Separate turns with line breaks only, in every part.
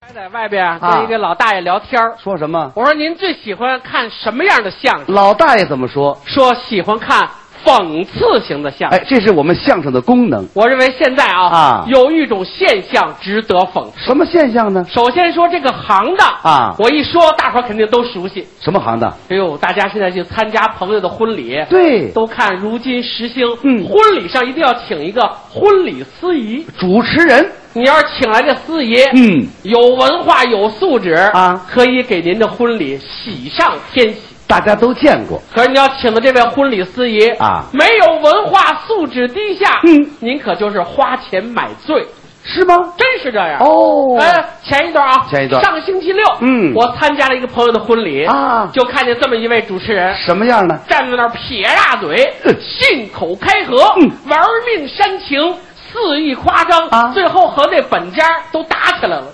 还在外边啊跟一个老大爷聊天儿
说什么？
我说您最喜欢看什么样的相声？
老大爷怎么说？
说喜欢看讽刺型的相声。
哎，这是我们相声的功能。
我认为现在啊，
啊
有一种现象值得讽刺。
什么现象呢？
首先说这个行当
啊
我一说大伙儿肯定都熟悉。
什么行当？
哎呦，大家现在去参加朋友的婚礼，
对，
都看如今时兴，
嗯
婚礼上一定要请一个婚礼司仪。
主持人。
你要是请来这司仪，
嗯，
有文化有素质
啊，
可以给您的婚礼喜上添喜。
大家都见过。
可是你要请的这位婚礼司仪
啊
没有文化素质低下，
嗯，
您可就是花钱买醉，
是吗？
真是这样。
哦
哎，前一段啊，
前一段
上星期六，
嗯
我参加了一个朋友的婚礼
啊
就看见这么一位主持人
什么样呢？
站在那儿撇大嘴，
嗯
信口开河，
嗯
玩命煽情，肆意夸张
啊
最后和那本家都打起来了，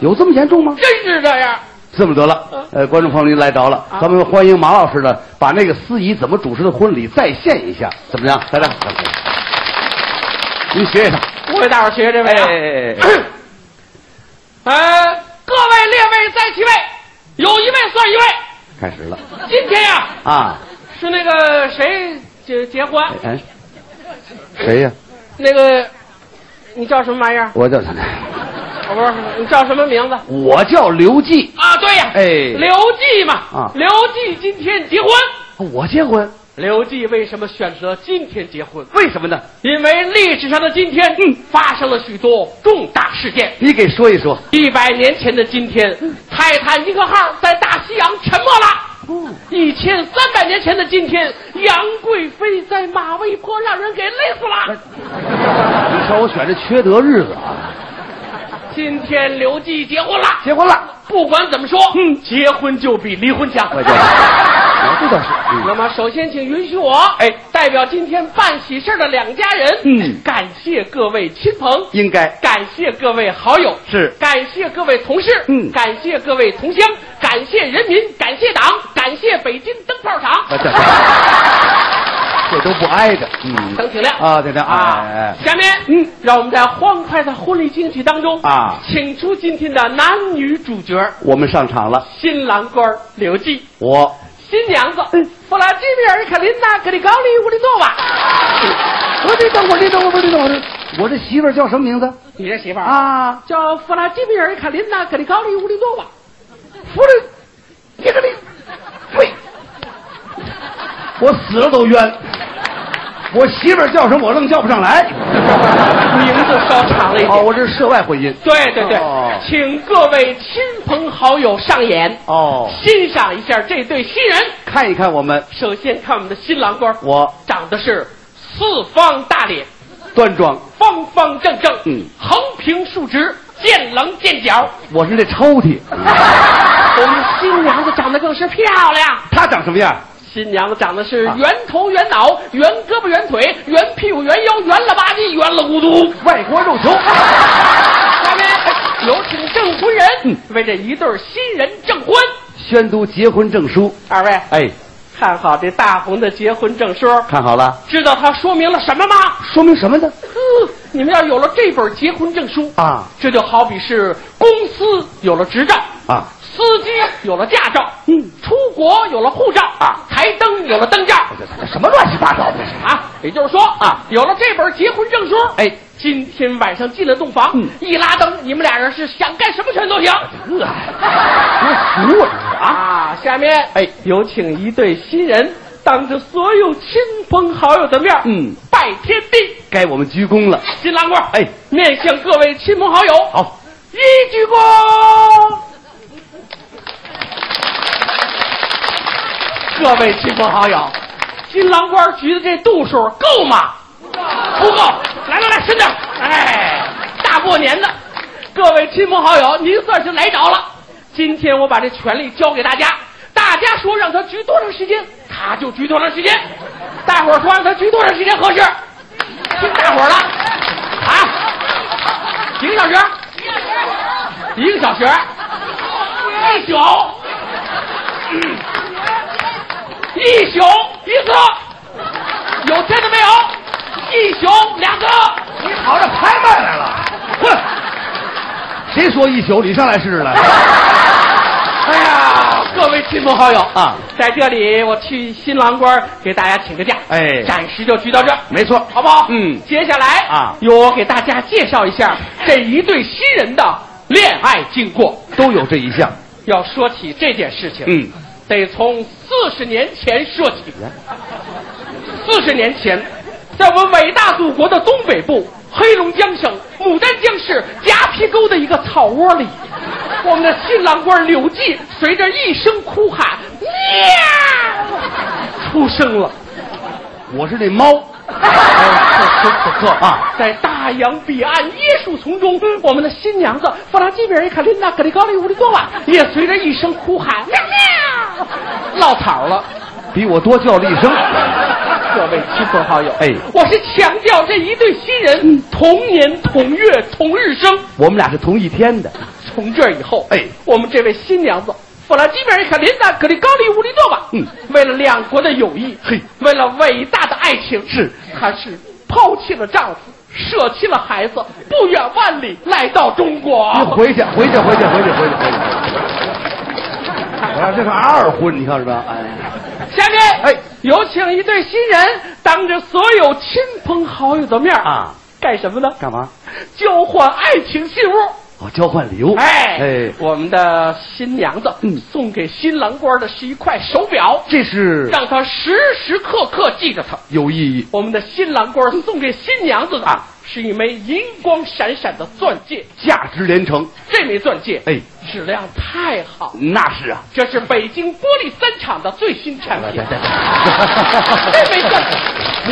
有这么严重吗？
真是这样。
这么得了，呃，观众朋友您来着了，咱们欢迎马老师呢，把那个司仪怎么主持的婚礼再现一下，怎么样？来来，您学一下。
我给大伙儿学学这位、啊。 呃，各位列位在其位，有一位算一位。
开始了
今天呀、
啊！
是那个谁结结婚，
哎，谁呀？
那个你叫什么玩意儿？
我叫
我不是，你叫什么名字？
我叫刘季，
啊，对呀、
哎
刘季嘛，
啊
刘季今天结婚。
我结婚，
刘季为什么选择今天结婚？
为什么呢？
因为历史上的今天，嗯，发生了许多重大事件。
你给说一说。
一百年前的今天，
嗯
泰坦尼克号在大西洋沉没
哦
了。一千三百年前的今天，杨贵妃在马嵬坡让人给累死
哎
了。
你瞧我选这缺德日子啊！
今天刘季结婚了，
结婚了，
不管怎么说，嗯，结婚就比离婚强。
我这，哎这倒是，
那
嗯
么，首先请允许我，哎，代表今天办喜事儿的两家人，
嗯
感谢各位亲朋，
应该
感谢各位好友，
是
感谢各位同事，
嗯
感谢各位同乡，感谢人民，感谢党，感谢北京灯泡厂。
我这，这都不挨着，嗯，
灯挺亮
啊挺亮
啊！
哎哎哎
下面，嗯，让我们在欢快的婚礼进行曲当中
啊
请出今天的男女主角：
我们上场了，
新郎官儿刘季，
我
新娘子
嗯
弗拉基米尔·卡琳娜·格里高利·乌里诺娃。
我得等会儿，你等会儿，你等会儿，我这媳妇儿叫什么名字
你这媳妇儿
啊？
叫弗拉基米尔·卡琳娜·格里高利乌里诺娃，弗里，
这个你， 呸！我死了都冤，我媳妇儿叫什么我愣叫不上来。
名字稍长了一
哦，
点。
我这是涉外婚姻。
对对对
哦，
请各位亲朋好友上演，
哦，
欣赏一下这对新人。
看一看我们，
首先看我们的新郎官，
我
长得是四方大脸，
端庄，
方方正正，
嗯
横平竖直，见棱见 角。
我是这抽屉。
我们新娘子长得更是漂亮，
她长什么样？
新娘子长得是
啊
圆头圆脑、圆胳膊圆腿、圆屁股圆腰、圆了吧唧、圆了咕 嘟。
外国肉球。
下面有请证婚人、
嗯
为这一对儿新人证婚。
宣读结婚证书。
二位
哎，
看好这大红的结婚证书，
看好了，
知道它说明了什么吗？
说明什么呢？
呵，你们要有了这本结婚证书
啊，
这就好比是公司有了执照，
啊，
司机有了驾照，
嗯，
出国有了护照啊，台灯有了灯
啊
罩
什么乱七八糟的？这是
啊，也就是说啊，有了这本结婚证书，
哎，
今天晚上进了洞房，
嗯
一拉灯，你们俩人是想干什么全都行。
饿啊，多服我这是啊！
啊，下面
哎
有请一对新人当着所有亲朋好友的面，
嗯，
拜天地，
该我们鞠躬了。
新郎官，
哎，
面向各位亲朋好友，
好，
一鞠躬。各位亲朋好友，新郎官鞠的这度数够吗？不够，来来来，伸点儿。哎，大过年的，各位亲朋好友，您算是来着了。今天我把这权利交给大家，大家说让他鞠多长时间，他就鞠多长时间。大伙儿说让他鞠多长时间合适？听大伙儿的啊，几个小时？一个小时，一宿，嗯一宿一次，有听到没有？一宿两个，
你跑这拍卖来了？哼，谁说一宿？你上来试试来。
哎呀，各位亲朋好友
啊
在这里我去新郎官给大家请个假，
哎
暂时就聚到这儿，
没错，
好不好？
嗯
接下来
啊
由我给大家介绍一下这一对新人的恋爱经过。
都有这一项。
要说起这件事情，
嗯，
得从四十年前说起。四十年前，在我们伟大祖国的东北部，黑龙江省牡丹江市夹皮沟的一个草窝里，我们的新郎官柳记随着一声哭喊，喵，出生了。
我是那猫。
此
此刻啊，
在大洋彼岸椰树丛中，我们的新娘子弗拉基米尔·卡琳娜·格里高利乌里多娃也随着一声哭喊，喵喵，落草了。
比我多叫了一声。
各位亲朋好友，
哎
我是强调这一对新
嗯
人同年同月同日生。
我们俩是同一天的。
从这儿以后，
哎
我们这位新娘子弗拉基米尔·卡琳娜·格里高利乌里多娃，
嗯，
为了两国的友谊，
嘿
为了伟大的爱情，
是，
她是抛弃了丈夫，舍弃了孩子，不远万里来到中国。
你回去，回去，回去，回去，回去，回去。我要哎这是二婚，你看是吧？哎，
下面，
哎
有请一对新人，当着所有亲朋好友的面儿
啊，
干什么呢？
干嘛？
交换爱情信物。
哦，交换礼物。
哎
哎，
我们的新娘子，
嗯
送给新郎官的是一块手表，
这是
让他时时刻刻记着它。
有意义。
我们的新郎官送给新娘子的啊，是一枚银光闪闪的钻戒，
价值连城。
这枚钻戒，
哎，
质量太好，
那是啊。
这是北京玻璃三厂的最新
哎
产品。
这
这枚钻戒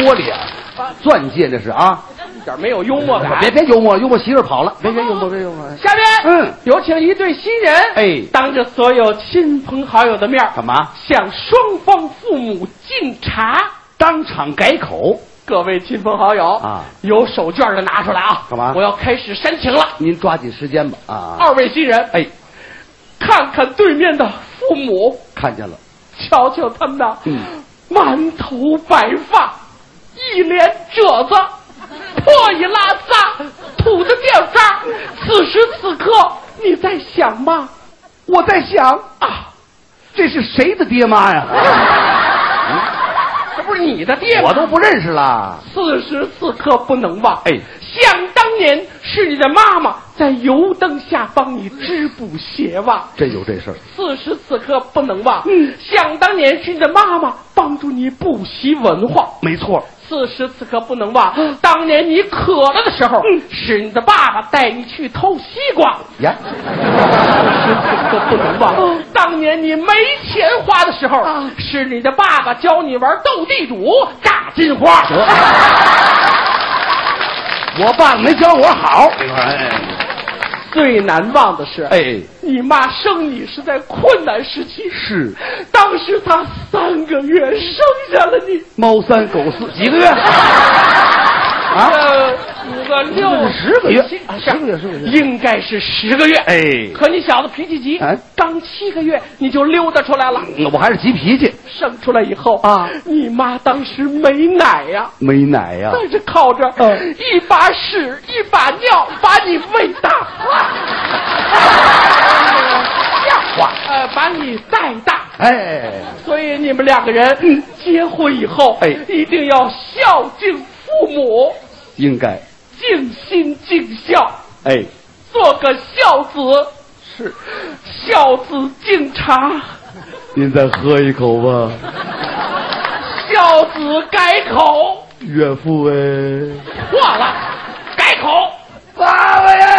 玻璃啊，钻戒这是啊！
一点没有幽默感。
别别幽默了，幽默媳妇儿跑了。别别幽嗯默，别幽默。
下面，
嗯
有请一对新人，
哎
当着所有亲朋好友的面儿
干嘛？
向双方父母敬茶。
当场改口？
各位亲朋好友
啊
有手绢的拿出来啊！
干嘛
我要开始煽情了。
您抓紧时间吧啊！
二位新人，
哎，
看看对面的父母，
看见了，
瞧瞧他们的
嗯
满头白发，一脸褶子，破衣拉撒，吐着掉渣。此时此刻，你在想吗？
我在想，
啊，
这是谁的爹妈 呀？
这不是你的爹吗？
嗯我都不认识了。
此时此刻不能忘。
哎
想当年是你的妈妈在油灯下帮你织补鞋袜，
真有这事儿，
此时此刻不能忘。嗯，想当年是你的妈妈帮助你补习文化，
没错。
此时此刻不能忘。
啊
当年你渴了的时候，
嗯
是你的爸爸带你去偷西瓜，
呀，
此时此刻不能
啊
忘。当年你没钱花的时候，是你的爸爸教你玩斗地主、炸金花。
得啊我爸没教我好。你看，哎
最难忘的是，
哎，
你妈生你是在困难时期，
是
当时她三个月生下了你，
猫三狗四几个月？啊，
呃，五个六
这是十个啊月
七
十个月十个月
应该是十个月。
哎，
可你小子脾气急
哎，
刚七个月你就溜达出来了，
我还是急脾气，
生出来以后
啊
你妈当时没奶呀。
没奶呀、
但是靠着
嗯
一把屎一把尿把你喂大化，
哇
呃，把你带大，
哎，
所以你们两个人嗯结婚以后，
哎
一定要孝敬父母，
应该，
尽心尽孝，
哎，
做个孝子。是，孝子敬茶，
您再喝一口吧，
孝子改口，
岳父哎，
错了，改口，
爸爸呀！
哎